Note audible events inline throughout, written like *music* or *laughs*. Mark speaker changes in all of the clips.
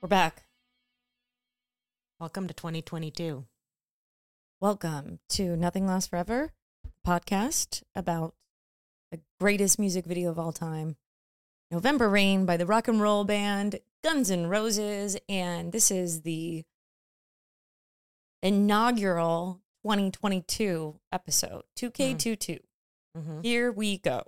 Speaker 1: We're back. Welcome to 2022.
Speaker 2: Welcome to Nothing Lasts Forever podcast about the greatest music video of all time, November Rain by the rock and roll band Guns N' Roses. And this is the inaugural 2022 episode, 2K22.
Speaker 1: Mhm.
Speaker 2: Here we go.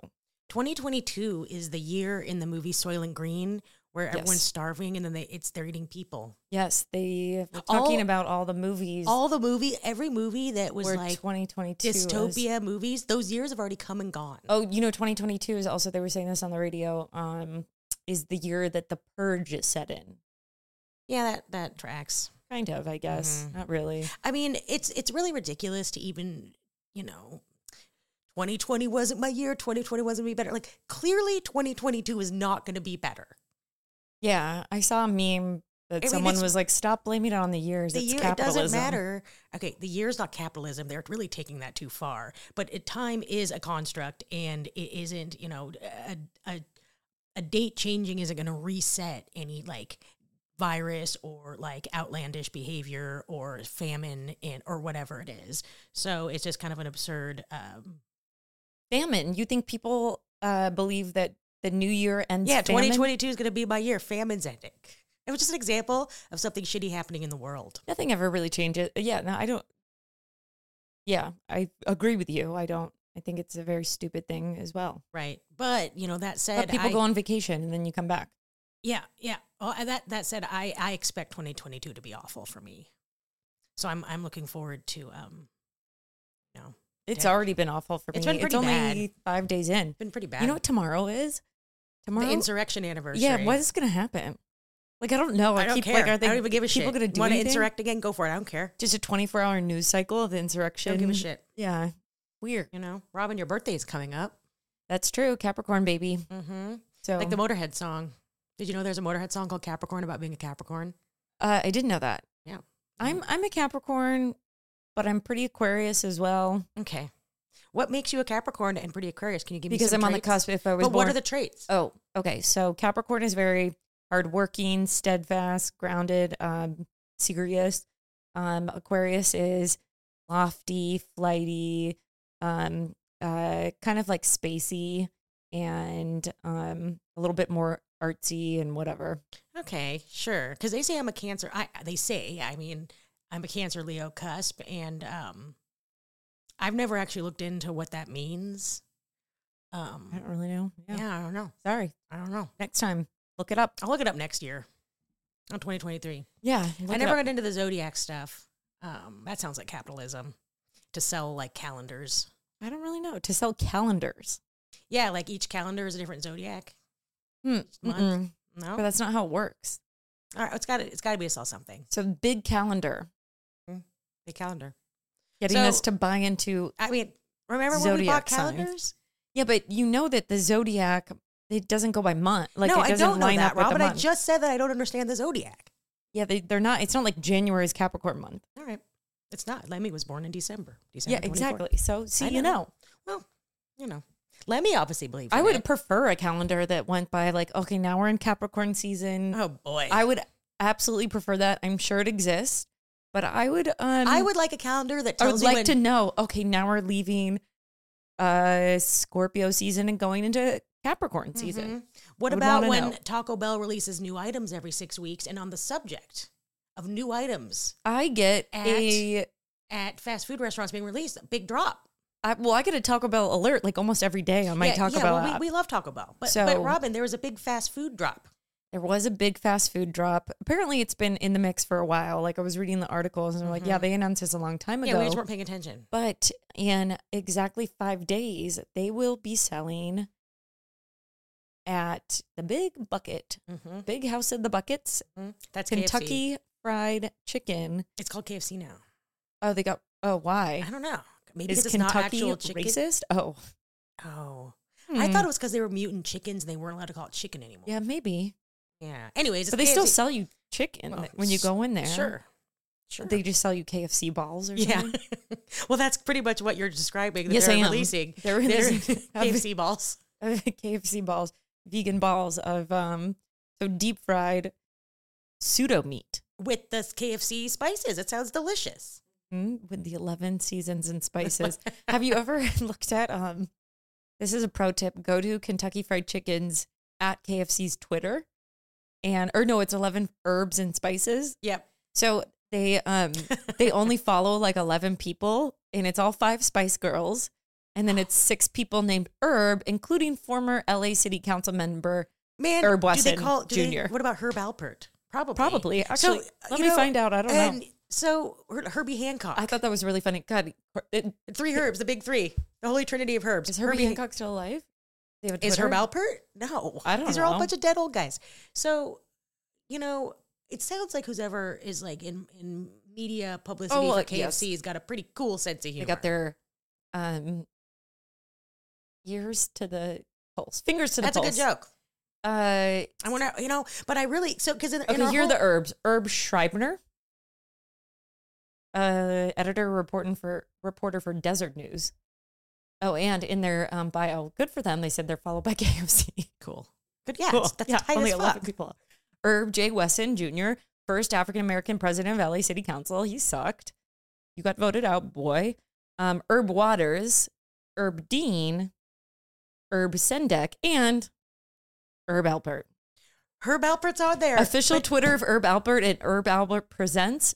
Speaker 1: 2022 is the year in the movie Soylent Green where
Speaker 2: Yes.
Speaker 1: everyone's starving and then they, it's they're eating people.
Speaker 2: Yes, they were talking
Speaker 1: All-
Speaker 2: about all the movies
Speaker 1: All the movie, every movie that was
Speaker 2: were
Speaker 1: like
Speaker 2: 2022 is-
Speaker 1: dystopia movies, those years have already come and gone.
Speaker 2: Oh, you know, 2022 is also, they were saying this on the radio, um, is the year that the purge is set in.
Speaker 1: Yeah, that that tracks.
Speaker 2: Kind of, I guess.
Speaker 1: Mm-hmm.
Speaker 2: Not really.
Speaker 1: I mean, it's it's really ridiculous to even, you know, 2020 wasn't my year, 2020 wasn't gonna be better. Like clearly 2022 is not going to be better.
Speaker 2: Yeah, I saw a meme that
Speaker 1: I mean,
Speaker 2: someone
Speaker 1: it's-
Speaker 2: was like, "Stop blaming it on the years.
Speaker 1: the
Speaker 2: it's
Speaker 1: year
Speaker 2: capitalism."
Speaker 1: it doesn't matter. Okay, the year is not capitalism. They're really taking that too far. But it, time is a construct, and it isn't. You know, a a, a date changing isn't going to reset any like virus or like outlandish behavior or famine and or whatever it is. So it's just kind of an absurd. Um,
Speaker 2: Famine. You think people uh, believe that the new year ends?
Speaker 1: yeah,
Speaker 2: famine?
Speaker 1: twenty twenty two is going to be my year. Famine's ending. It was just an example of something shitty happening in the world.
Speaker 2: Nothing ever really changes. Yeah, no, I don't. Yeah, I agree with you. I don't. I think it's a very stupid thing as well.
Speaker 1: Right. But, you know, that said,
Speaker 2: But people
Speaker 1: I-
Speaker 2: go on vacation and then you come back.
Speaker 1: Yeah, yeah. Well,
Speaker 2: uh,
Speaker 1: I- that that said, I I expect 2022 to be awful for me. So I'm I'm looking forward to um, you know,
Speaker 2: It's
Speaker 1: Yeah.
Speaker 2: already been awful for
Speaker 1: It's
Speaker 2: me.
Speaker 1: been
Speaker 2: it's
Speaker 1: pretty
Speaker 2: only five days in.
Speaker 1: been pretty bad.
Speaker 2: You know what tomorrow is? Tomorrow.
Speaker 1: the insurrection anniversary.
Speaker 2: yeah, what is gonna happen? Like I don't know. I,
Speaker 1: I don't
Speaker 2: keep
Speaker 1: care.
Speaker 2: like, are they
Speaker 1: I don't even give a shit.
Speaker 2: people gonna do
Speaker 1: Want to
Speaker 2: anything?
Speaker 1: insurrect again? Go for it. I don't care.
Speaker 2: just a 24 hour news cycle of the insurrection.
Speaker 1: Don't give a shit.
Speaker 2: Yeah. Weird.
Speaker 1: You know, Robin, your birthday is coming up.
Speaker 2: That's true. Capricorn baby.
Speaker 1: Mm-hmm.
Speaker 2: So
Speaker 1: Like the Motorhead song. Did you know there's a Motorhead song called Capricorn about being a Capricorn?
Speaker 2: uh, I didn't know that.
Speaker 1: Yeah.
Speaker 2: I'm I'm a Capricorn, but I'm pretty Aquarius as well
Speaker 1: Okay. What makes you a Capricorn and pretty Aquarius? Can you give me
Speaker 2: because
Speaker 1: some
Speaker 2: I'm on the
Speaker 1: traits?
Speaker 2: cusp. If I was
Speaker 1: But what
Speaker 2: born-
Speaker 1: are the traits?
Speaker 2: oh okay. So Capricorn is very hardworking, steadfast, grounded, um, serious. Um, Aquarius is lofty, flighty, um, uh, kind of like spacey, and um, a little bit more artsy and whatever.
Speaker 1: Okay, sure. Because they say I'm a Cancer. I they say. I mean, I'm a Cancer Leo cusp, and um, I've never actually looked into what that means.
Speaker 2: I don't
Speaker 1: Um,
Speaker 2: really know.
Speaker 1: yeah. I don't know.
Speaker 2: Sorry.
Speaker 1: I don't know.
Speaker 2: Next time, look it up.
Speaker 1: I'll look it up next year, on 2023.
Speaker 2: Yeah.
Speaker 1: I never got into the zodiac stuff. Um, that sounds like capitalism to sell like calendars.
Speaker 2: I don't really know. To sell calendars.
Speaker 1: Yeah, like each calendar is a different zodiac.
Speaker 2: Hmm.
Speaker 1: Month.
Speaker 2: mm-mm.
Speaker 1: No,
Speaker 2: But that's not how it works.
Speaker 1: all right. It's got to. It's got to be to sell something.
Speaker 2: So big calendar,
Speaker 1: The calendar.
Speaker 2: getting
Speaker 1: So-
Speaker 2: us to buy into.
Speaker 1: I mean, remember when we
Speaker 2: Zodiac
Speaker 1: bought
Speaker 2: signs.
Speaker 1: calendars?
Speaker 2: Yeah, but you know that the zodiac it doesn't go by month. Like
Speaker 1: no,
Speaker 2: it
Speaker 1: I
Speaker 2: doesn't
Speaker 1: don't know
Speaker 2: line
Speaker 1: that,
Speaker 2: up with
Speaker 1: Rob.
Speaker 2: the
Speaker 1: But I
Speaker 2: month.
Speaker 1: just said that I don't understand the zodiac.
Speaker 2: yeah, they, they're not. It's not like January is Capricorn month.
Speaker 1: All right, it's not. Lemmy was born in December. December
Speaker 2: yeah,
Speaker 1: 24th.
Speaker 2: exactly. So see,
Speaker 1: I
Speaker 2: you
Speaker 1: know.
Speaker 2: know,
Speaker 1: Well, you know, Lemmy obviously believes.
Speaker 2: I
Speaker 1: in
Speaker 2: would
Speaker 1: it.
Speaker 2: prefer a calendar that went by like, okay, now we're in Capricorn season.
Speaker 1: Oh boy, I,
Speaker 2: I would absolutely prefer that. I'm sure it exists, but I would. Um,
Speaker 1: would like a calendar that
Speaker 2: I would
Speaker 1: tells
Speaker 2: like
Speaker 1: you when,
Speaker 2: to know. Okay, now we're leaving uh Scorpio season and going into Capricorn season.
Speaker 1: What
Speaker 2: I would
Speaker 1: about
Speaker 2: wanna
Speaker 1: when
Speaker 2: know.
Speaker 1: Taco Bell releases new items every six weeks? And on the subject of new items
Speaker 2: I get
Speaker 1: At-
Speaker 2: a
Speaker 1: at fast food restaurants being released, a big drop.
Speaker 2: I, well, I get a Taco Bell alert like almost every day on my
Speaker 1: yeah,
Speaker 2: Taco
Speaker 1: yeah,
Speaker 2: Bell
Speaker 1: well,
Speaker 2: app.
Speaker 1: we, we love Taco Bell, but but
Speaker 2: So-
Speaker 1: Robin, there was a big fast food drop.
Speaker 2: there was a big fast food drop. Apparently, it's been in the mix for a while. Like I was reading the articles and I'm like, yeah, they announced this a long time
Speaker 1: Mm-hmm. Yeah,
Speaker 2: ago.
Speaker 1: we just weren't paying attention.
Speaker 2: but in exactly five days, they will be selling at the Big Bucket,
Speaker 1: Mm-hmm.
Speaker 2: Big House of the Buckets,
Speaker 1: That's KFC.
Speaker 2: Kentucky Fried Chicken.
Speaker 1: It's called KFC now.
Speaker 2: Oh, they got. Oh, why
Speaker 1: I don't know. Maybe
Speaker 2: is
Speaker 1: because it's not
Speaker 2: Kentucky
Speaker 1: actual chicken.
Speaker 2: racist? Oh, Hmm.
Speaker 1: Oh, I thought it was because they were mutant chickens and they weren't allowed to call it chicken anymore.
Speaker 2: yeah, maybe.
Speaker 1: Yeah. Anyways, it's
Speaker 2: But they still
Speaker 1: KFC.
Speaker 2: sell you chicken
Speaker 1: Well,
Speaker 2: when you go in there.
Speaker 1: Oh, Sure. Sure.
Speaker 2: They
Speaker 1: *laughs*
Speaker 2: just sell you KFC balls or
Speaker 1: yeah. *laughs*
Speaker 2: something.
Speaker 1: well, that's pretty much what you're describing. That
Speaker 2: Yes,
Speaker 1: they're
Speaker 2: I am.
Speaker 1: releasing.
Speaker 2: They're
Speaker 1: There's *laughs*
Speaker 2: releasing- *laughs*
Speaker 1: KFC balls.
Speaker 2: KFC balls, vegan balls of um so deep fried pseudo meat
Speaker 1: with the KFC spices. It sounds delicious.
Speaker 2: mm, with the 11 seasons and
Speaker 1: *laughs*
Speaker 2: spices. Have you ever *laughs* looked at um this is a pro tip. Go to Kentucky Fried Chicken's at KFC's Twitter. And or no, it's 11 herbs and spices.
Speaker 1: Yep.
Speaker 2: So they
Speaker 1: *laughs*
Speaker 2: um they only follow like 11 people and it's all five Spice Girls and then it's six people named Herb including former LA City council member
Speaker 1: Man,
Speaker 2: Herb
Speaker 1: do
Speaker 2: Wesson
Speaker 1: they call do they-
Speaker 2: Jr..
Speaker 1: what about Herb Alpert? Probably.
Speaker 2: probably. Actually,
Speaker 1: So, uh,
Speaker 2: let
Speaker 1: you
Speaker 2: me
Speaker 1: know,
Speaker 2: find out. I don't
Speaker 1: and
Speaker 2: know.
Speaker 1: so Her- Herbie Hancock.
Speaker 2: I thought that was really funny. God, it,
Speaker 1: three herbs, the big three, the holy trinity of herbs.
Speaker 2: is Herbie Hancock still alive? They have a
Speaker 1: Is Herb
Speaker 2: Twitter?
Speaker 1: Alpert? No,
Speaker 2: I don't
Speaker 1: These are all a
Speaker 2: know.
Speaker 1: bunch of dead old guys. So, you know, it sounds like who's ever is like in in media publicity
Speaker 2: Oh,
Speaker 1: for
Speaker 2: like,
Speaker 1: KFC
Speaker 2: yes.
Speaker 1: has got a pretty cool sense of humor.
Speaker 2: They got their um ears to the pulse, fingers to the
Speaker 1: That's a
Speaker 2: pulse.
Speaker 1: good joke.
Speaker 2: Uh,
Speaker 1: I want to, you know, but I really so because in, in
Speaker 2: okay,
Speaker 1: our
Speaker 2: here are
Speaker 1: whole-
Speaker 2: the herbs: herb Schreibner, uh, editor reporting for reporter for Desert News. Oh, and in their um, bio, good for them. They said they're followed by *laughs* KFC.
Speaker 1: cool. Good, yeah,
Speaker 2: Cool.
Speaker 1: it's- that's tight
Speaker 2: only
Speaker 1: as
Speaker 2: 11
Speaker 1: fuck.
Speaker 2: people. Herb J. Wesson Jr., first African American president of LA City Council. He sucked. You got voted out, boy. Um, Herb Waters, Herb Dean, Herb Sendek, and Herb Alpert.
Speaker 1: Herb Alpert's out there.
Speaker 2: Official Twitter of Herb Alpert at Herb Alpert Presents,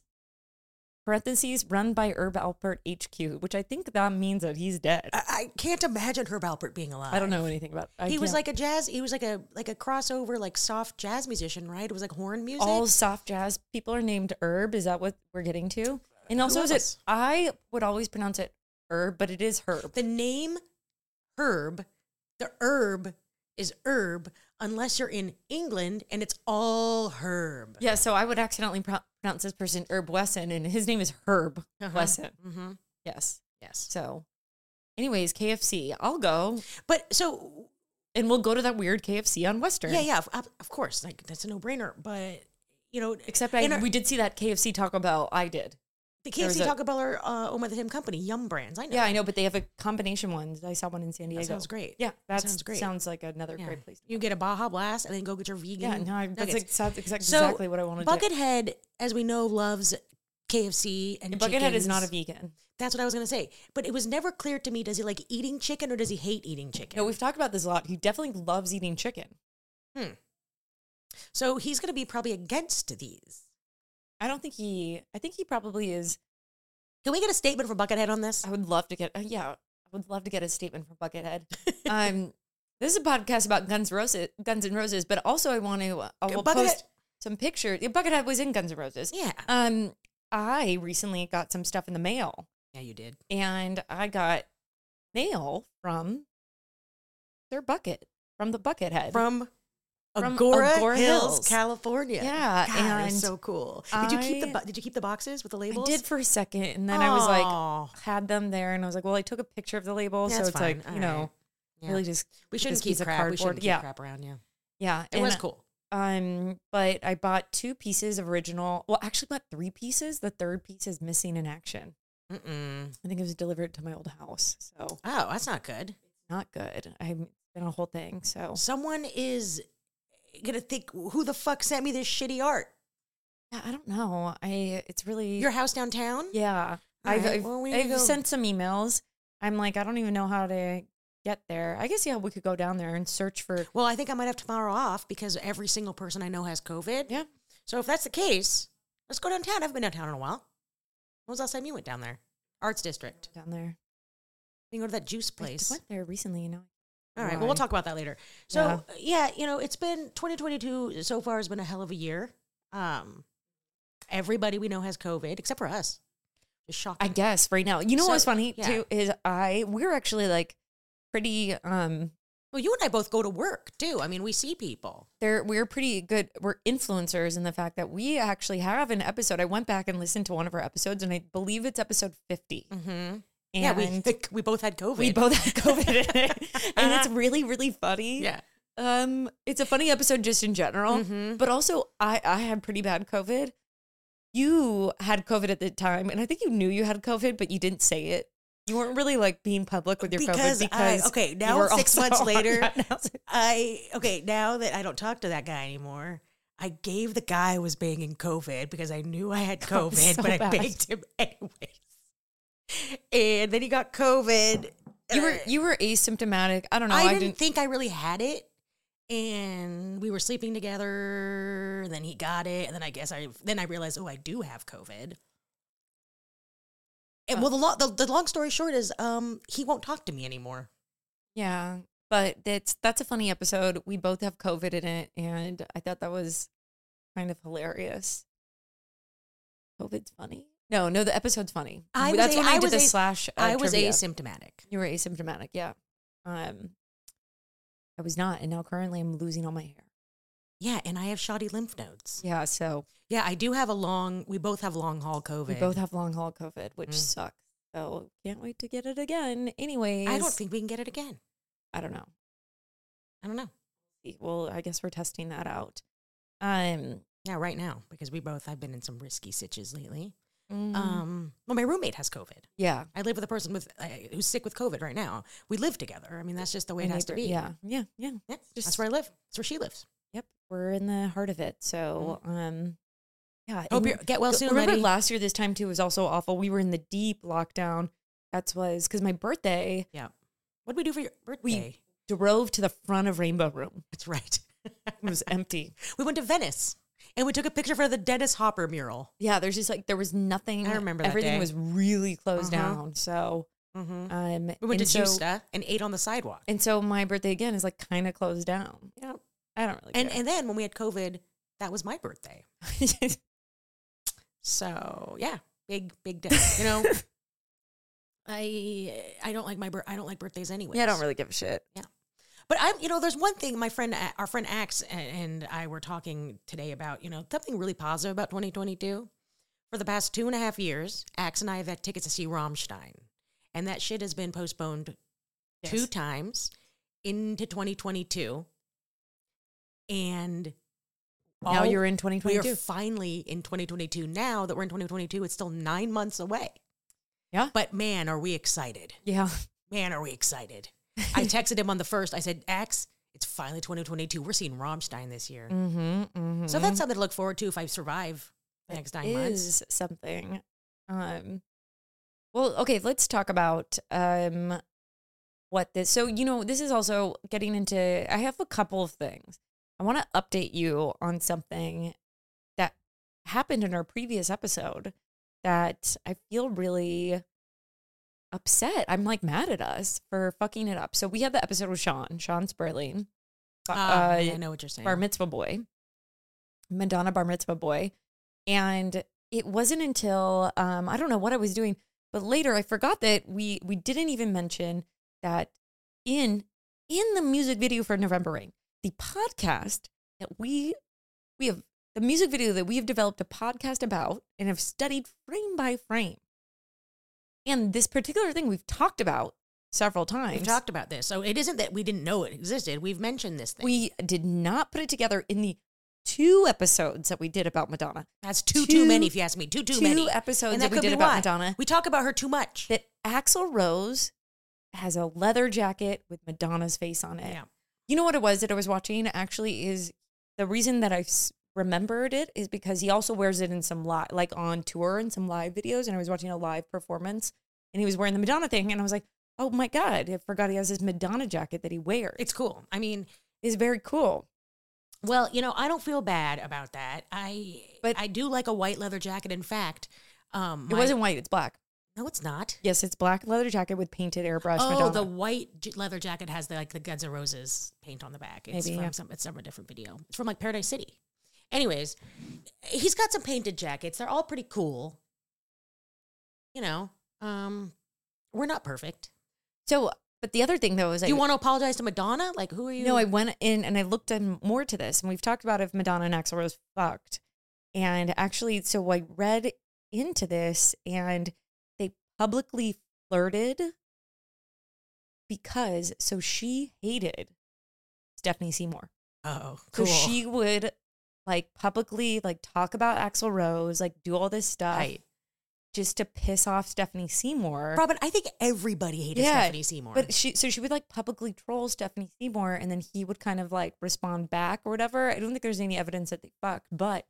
Speaker 2: parentheses, run by Herb Alpert HQ, which I think that means that he's dead. I,
Speaker 1: I, I can't imagine Herb Alpert being alive.
Speaker 2: don't know anything about I
Speaker 1: he was
Speaker 2: can't-
Speaker 1: like a jazz. He was like a like a crossover, like soft jazz musician, right? It was like horn music.
Speaker 2: all soft jazz people are named herb is that what we're getting to and also is it
Speaker 1: else?
Speaker 2: i would always pronounce it herb but it is herb
Speaker 1: the name herb, the herb is herb, unless you're in England and it's all herb.
Speaker 2: yeah so i would accidentally pro- pronounce this person herb wesson and his name is herb
Speaker 1: Uh-huh.
Speaker 2: wesson
Speaker 1: Mm-hmm.
Speaker 2: yes
Speaker 1: Yes.
Speaker 2: so anyways kfc i'll go
Speaker 1: But so
Speaker 2: and we'll go to that weird kfc on western
Speaker 1: yeah, yeah, of, of course, like that's a no brainer. But you know,
Speaker 2: except I,
Speaker 1: in our-
Speaker 2: we did see that kfc taco bell i did
Speaker 1: the
Speaker 2: there was
Speaker 1: KFC
Speaker 2: a-
Speaker 1: Taco Bell are uh, owned by the same company, Yum Brands. I know.
Speaker 2: yeah i know but they have a combination one i saw one in san diego
Speaker 1: that sounds great.
Speaker 2: yeah that
Speaker 1: sounds
Speaker 2: sounds
Speaker 1: great.
Speaker 2: great sounds like another
Speaker 1: Yeah.
Speaker 2: great place to
Speaker 1: You get a Baja Blast and then go get your vegan.
Speaker 2: yeah, no, I, that's
Speaker 1: nuggets.
Speaker 2: like, sounds exact,
Speaker 1: So,
Speaker 2: exactly what I wanted to
Speaker 1: Buckethead, as we know, loves KFC and
Speaker 2: Buckethead is not a
Speaker 1: chickens.
Speaker 2: vegan.
Speaker 1: That's what I was gonna say. But it was never clear to me: does he like eating chicken or does he hate eating chicken?
Speaker 2: No, we've talked about this a lot. He definitely loves eating chicken.
Speaker 1: So he's gonna be probably against these.
Speaker 2: I don't think he. I think he probably is.
Speaker 1: Can we get a statement from Buckethead on this?
Speaker 2: I would love to get. Uh, yeah, I would love to get a statement from *laughs* Buckethead. um, this is a podcast about Guns Roses, Guns and Roses, but also I want to. Uh, I will
Speaker 1: Buckethead-
Speaker 2: post some pictures. Yeah, Buckethead was in Guns N' Roses.
Speaker 1: Yeah.
Speaker 2: Um, I recently got some stuff in the mail,
Speaker 1: Yeah, you did.
Speaker 2: and I got mail from their bucket from the Buckethead.
Speaker 1: From
Speaker 2: From
Speaker 1: Agora,
Speaker 2: Agora
Speaker 1: Hills,
Speaker 2: Hills.
Speaker 1: California.
Speaker 2: Yeah,
Speaker 1: God, it was
Speaker 2: and
Speaker 1: so cool. Did you keep the
Speaker 2: I-
Speaker 1: bo- Did you keep the boxes with the
Speaker 2: I
Speaker 1: labels?
Speaker 2: did for a second, and then I was like,
Speaker 1: Aw.
Speaker 2: had them there and I was like, well, I took a picture of the label. so
Speaker 1: Yeah, that's
Speaker 2: it's like,
Speaker 1: fine.
Speaker 2: you
Speaker 1: All
Speaker 2: know,
Speaker 1: right. Yeah.
Speaker 2: really just,
Speaker 1: we
Speaker 2: this
Speaker 1: shouldn't
Speaker 2: piece
Speaker 1: keep
Speaker 2: of
Speaker 1: crap. We
Speaker 2: cardboard.
Speaker 1: shouldn't keep
Speaker 2: Yeah.
Speaker 1: crap around. Yeah,
Speaker 2: yeah.
Speaker 1: it
Speaker 2: and,
Speaker 1: was cool.
Speaker 2: Um, but I bought two pieces of original, well, actually bought three pieces. The third piece is missing in action.
Speaker 1: Mm-mm.
Speaker 2: I think it was delivered to my old house. So
Speaker 1: Oh, that's not good.
Speaker 2: not good. i am been a whole thing. So
Speaker 1: Someone is gonna think, who the fuck sent me this shitty art?
Speaker 2: yeah, I don't know. I, it's really,
Speaker 1: Your house downtown?
Speaker 2: yeah.
Speaker 1: All
Speaker 2: I've,
Speaker 1: right,
Speaker 2: I've,
Speaker 1: well, we need to
Speaker 2: I've
Speaker 1: go-
Speaker 2: sent some emails. I'm like, I don't even know how to get there. I guess, yeah, we could go down there and search for,
Speaker 1: Well, I think I might have tomorrow off because every single person I know has COVID.
Speaker 2: yeah.
Speaker 1: So if that's the case, let's go downtown. I haven't been downtown in a while. When was the last time you went down there? Arts District.
Speaker 2: Down there.
Speaker 1: We can go to that juice
Speaker 2: I
Speaker 1: place.
Speaker 2: went there recently, you know.
Speaker 1: All right. Well, we'll
Speaker 2: Why?
Speaker 1: talk about that later. So yeah. you know, it's been 2022 so far has been a hell of a year. Um, everybody we know has COVID except for us.
Speaker 2: I
Speaker 1: It's shocking.
Speaker 2: guess right now. You know
Speaker 1: So,
Speaker 2: what's funny
Speaker 1: yeah.
Speaker 2: too is I we're actually like pretty um
Speaker 1: well, you and I both go to work too. I mean, we see people.
Speaker 2: there we're pretty good we're influencers in the fact that we actually have an episode. I went back and listened to one of our episodes and I believe it's episode 50.
Speaker 1: Mm-hmm.
Speaker 2: And *laughs*
Speaker 1: Yeah, we *laughs* we both had COVID.
Speaker 2: we both *laughs* had COVID in it. Uh-huh. and it's really really funny.
Speaker 1: yeah.
Speaker 2: Um it's a funny episode just in general,
Speaker 1: Mhm.
Speaker 2: but also I I had pretty bad COVID. You had COVID at the time and I think you knew you had COVID but you didn't say it. You weren't really like being public with your
Speaker 1: Because
Speaker 2: COVID
Speaker 1: I-
Speaker 2: because
Speaker 1: okay,
Speaker 2: you
Speaker 1: now
Speaker 2: were
Speaker 1: six
Speaker 2: also *laughs*
Speaker 1: months
Speaker 2: on-
Speaker 1: later,
Speaker 2: Yeah, now-
Speaker 1: I okay now that I don't talk to that guy anymore. I gave the guy I was banging COVID because I knew I had *laughs*
Speaker 2: Oh,
Speaker 1: COVID,
Speaker 2: so
Speaker 1: but I
Speaker 2: bad.
Speaker 1: banged him *laughs* anyways. And then he got COVID.
Speaker 2: You
Speaker 1: Uh, *laughs*
Speaker 2: were you were asymptomatic. I don't know.
Speaker 1: I, didn't, think I really had it. And we were sleeping together. And then he got it. And then I guess I then I realized, oh, I do have COVID. And well, the, lo- the the long story short is, um, he won't talk to me anymore.
Speaker 2: Yeah, but that's that's a funny episode. We both have COVID in it, and I thought that was kind of hilarious. COVID's funny. No, no, the episode's funny.
Speaker 1: I was
Speaker 2: that's
Speaker 1: a-
Speaker 2: when I,
Speaker 1: I
Speaker 2: did
Speaker 1: was
Speaker 2: the
Speaker 1: a-
Speaker 2: slash. Uh,
Speaker 1: I was
Speaker 2: trivia.
Speaker 1: asymptomatic.
Speaker 2: You were asymptomatic. Yeah. Um, I was not, and now currently I'm losing all my hair.
Speaker 1: Yeah, and I have shoddy lymph nodes.
Speaker 2: Yeah, so
Speaker 1: Yeah, I do have a long. We both have long haul COVID.
Speaker 2: we both have long haul COVID, which
Speaker 1: Mm.
Speaker 2: sucks. So can't wait to get it again. Anyways,
Speaker 1: I don't think we can get it again.
Speaker 2: I don't know.
Speaker 1: I don't know.
Speaker 2: Well, I guess we're testing that out. Um,
Speaker 1: Yeah, right now because we both have been in some risky sitches lately.
Speaker 2: mm,
Speaker 1: Um, well, my roommate has COVID.
Speaker 2: yeah.
Speaker 1: I live with a person with uh, who's sick with COVID right now. We live together. I mean, that's just the way
Speaker 2: My
Speaker 1: it has to
Speaker 2: neighbor-
Speaker 1: be.
Speaker 2: Yeah, yeah, yeah.
Speaker 1: Yeah,
Speaker 2: Just-
Speaker 1: that's where I live. That's where she lives.
Speaker 2: Yep, we're in the heart of it. So, um, yeah.
Speaker 1: Mm. Hope
Speaker 2: and
Speaker 1: you get well
Speaker 2: go-
Speaker 1: soon,
Speaker 2: remember
Speaker 1: lady.
Speaker 2: last year this time too was also awful. We were in the deep lockdown. That's was because my birthday
Speaker 1: yeah. What do we do for your birthday?
Speaker 2: drove to the front of Rainbow Room.
Speaker 1: that's right. *laughs*
Speaker 2: It was empty.
Speaker 1: we went to Venice and we took a picture for the Dennis Hopper mural.
Speaker 2: Yeah, there's just like there was nothing.
Speaker 1: I remember that
Speaker 2: everything
Speaker 1: day.
Speaker 2: was really closed
Speaker 1: Uh-huh.
Speaker 2: down. So,
Speaker 1: Mm-hmm.
Speaker 2: um,
Speaker 1: We
Speaker 2: and
Speaker 1: went to
Speaker 2: so,
Speaker 1: Justa and ate on the sidewalk.
Speaker 2: and so my birthday again is like kind of closed down.
Speaker 1: Yeah.
Speaker 2: I don't really.
Speaker 1: And
Speaker 2: care.
Speaker 1: and then when we had COVID, that was my birthday.
Speaker 2: *laughs*
Speaker 1: So yeah, big big day.
Speaker 2: *laughs*
Speaker 1: You know, I I don't like my bir- I don't like birthdays anyway.
Speaker 2: yeah, I don't really give a shit.
Speaker 1: But I'm you know, there's one thing my friend uh, our friend Ax and, and I were talking today about you know something really positive about 2022. For the past two and a half years, Ax and I have had tickets to see Rammstein, and that shit has been postponed two
Speaker 2: Yes.
Speaker 1: times into 2022. And
Speaker 2: now
Speaker 1: all-
Speaker 2: you're in 2022.
Speaker 1: we are finally in 2022 now that we're in 2022 it's still nine months away
Speaker 2: Yeah.
Speaker 1: but man are we excited
Speaker 2: yeah.
Speaker 1: man are we excited
Speaker 2: *laughs*
Speaker 1: i texted him on the first i said x it's finally 2022 we're seeing rammstein this year
Speaker 2: Mm-hmm,
Speaker 1: so that's something to look forward to if i survive the next nine months
Speaker 2: is something. Um, well, okay, let's talk about um, what this. So you know, this is also getting into. I have a couple of things. I want to update you on something that happened in our previous episode that I feel really upset. I'm like mad at us for fucking it up. So we had the episode with Sean, Sean Sperling. Uh,
Speaker 1: Ah, i know what you're saying
Speaker 2: bar mitzvah boy, Madonna bar mitzvah boy. And it wasn't until um, I don't know what I was doing, but later I forgot that we we didn't even mention that in in the music video for November Rain, the podcast that we we have the music video that we have developed a podcast about and have studied frame by frame. And this particular thing we've talked about several times.
Speaker 1: we've talked about this so it isn't that we didn't know it existed we've mentioned this thing
Speaker 2: We did not put it together in the two episodes that we did about Madonna.
Speaker 1: that's too,
Speaker 2: two-
Speaker 1: too many if you ask me too too
Speaker 2: two
Speaker 1: many
Speaker 2: episodes
Speaker 1: and
Speaker 2: that
Speaker 1: that,
Speaker 2: we
Speaker 1: could
Speaker 2: did
Speaker 1: be
Speaker 2: about
Speaker 1: why.
Speaker 2: Madonna.
Speaker 1: we talk about her too much
Speaker 2: That Axl Rose has a leather jacket with Madonna's face on it.
Speaker 1: yeah
Speaker 2: You know what it was that I was watching actually is the reason that I s- remembered it is because he also wears it in some live, like on tour and some live videos. And I was watching a live performance and he was wearing the Madonna thing. And I was like, oh my God, I forgot he has this Madonna jacket that he wears.
Speaker 1: it's cool i mean
Speaker 2: it's very cool.
Speaker 1: Well, you know, I don't feel bad about that. I
Speaker 2: But-
Speaker 1: but I do like a white leather jacket. In fact, um,
Speaker 2: it
Speaker 1: my-
Speaker 2: wasn't white, it's black.
Speaker 1: No, it's not.
Speaker 2: Yes, it's black leather jacket with painted airbrush.
Speaker 1: oh,
Speaker 2: Madonna.
Speaker 1: the white j- leather jacket has the like the Guns N' Roses paint on the back. It's
Speaker 2: Maybe,
Speaker 1: from
Speaker 2: yeah.
Speaker 1: some. It's from a different video. It's from like Paradise City. Anyways, he's got some painted jackets. They're all pretty cool. You know, um, we're not perfect.
Speaker 2: So, but the other thing though is, I
Speaker 1: Do you want to apologize to Madonna? Like, who are you?
Speaker 2: no, I went in and I looked in more to this, and we've talked about if Madonna and Axl Rose fucked, and actually, so I read into this, and they publicly flirted because so she hated Stephanie Seymour,
Speaker 1: Oh,
Speaker 2: so
Speaker 1: cool.
Speaker 2: she
Speaker 1: uh,
Speaker 2: would like publicly like talk about Axl Rose, like do all this stuff,
Speaker 1: Right.
Speaker 2: just to piss off Stephanie Seymour.
Speaker 1: Robin, I think everybody hated
Speaker 2: Yeah,
Speaker 1: Stephanie Seymour.
Speaker 2: But she, so she would like publicly troll Stephanie Seymour, and then he would kind of like respond back or whatever. I don't think there's any evidence that they fucked, but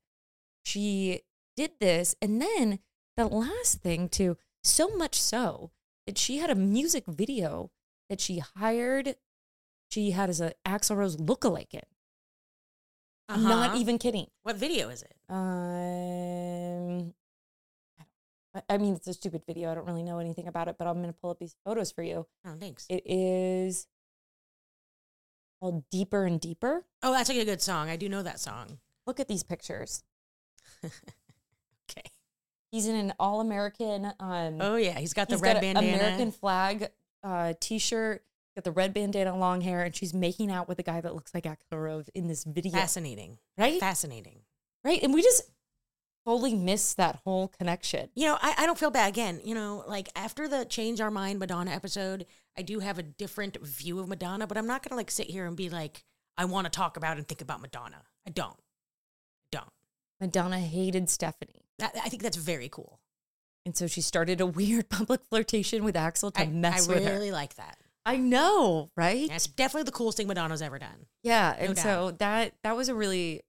Speaker 2: she did this. And then the last thing too, so much so that she had a music video that she hired, she had as a Axl Rose lookalike in. I'm Not
Speaker 1: Uh-huh.
Speaker 2: even kidding.
Speaker 1: What video is it?
Speaker 2: Um, I, don't, I I mean, it's a stupid video. I don't really know anything about it, but I'm gonna pull up these photos for you.
Speaker 1: Oh, thanks.
Speaker 2: It is called Deeper and Deeper.
Speaker 1: oh, that's like a good song. I do know that song.
Speaker 2: Look at these pictures.
Speaker 1: Okay.
Speaker 2: He's in an all American um
Speaker 1: Oh yeah, he's got the
Speaker 2: he's
Speaker 1: red
Speaker 2: got a
Speaker 1: bandana.
Speaker 2: American flag uh t shirt, got the red bandana, long hair, and she's making out with a guy that looks like Axl Rose in this video.
Speaker 1: Fascinating.
Speaker 2: Right?
Speaker 1: Fascinating.
Speaker 2: right. And we just totally miss that whole connection.
Speaker 1: You know, I, I don't feel bad again. You know, like after the Change Our Mind Madonna episode, I do have a different view of Madonna, but I'm not going to like sit here and be like, I want to talk about and think about Madonna. I don't. Don't.
Speaker 2: Madonna hated Stephanie.
Speaker 1: That, I think that's very cool.
Speaker 2: And so she started a *laughs* weird public flirtation with Axel to
Speaker 1: I,
Speaker 2: mess
Speaker 1: I
Speaker 2: with
Speaker 1: really
Speaker 2: her.
Speaker 1: like that.
Speaker 2: I know, right?
Speaker 1: That's definitely the coolest thing Madonna's ever done.
Speaker 2: Yeah, and
Speaker 1: doubt.
Speaker 2: so that that was a really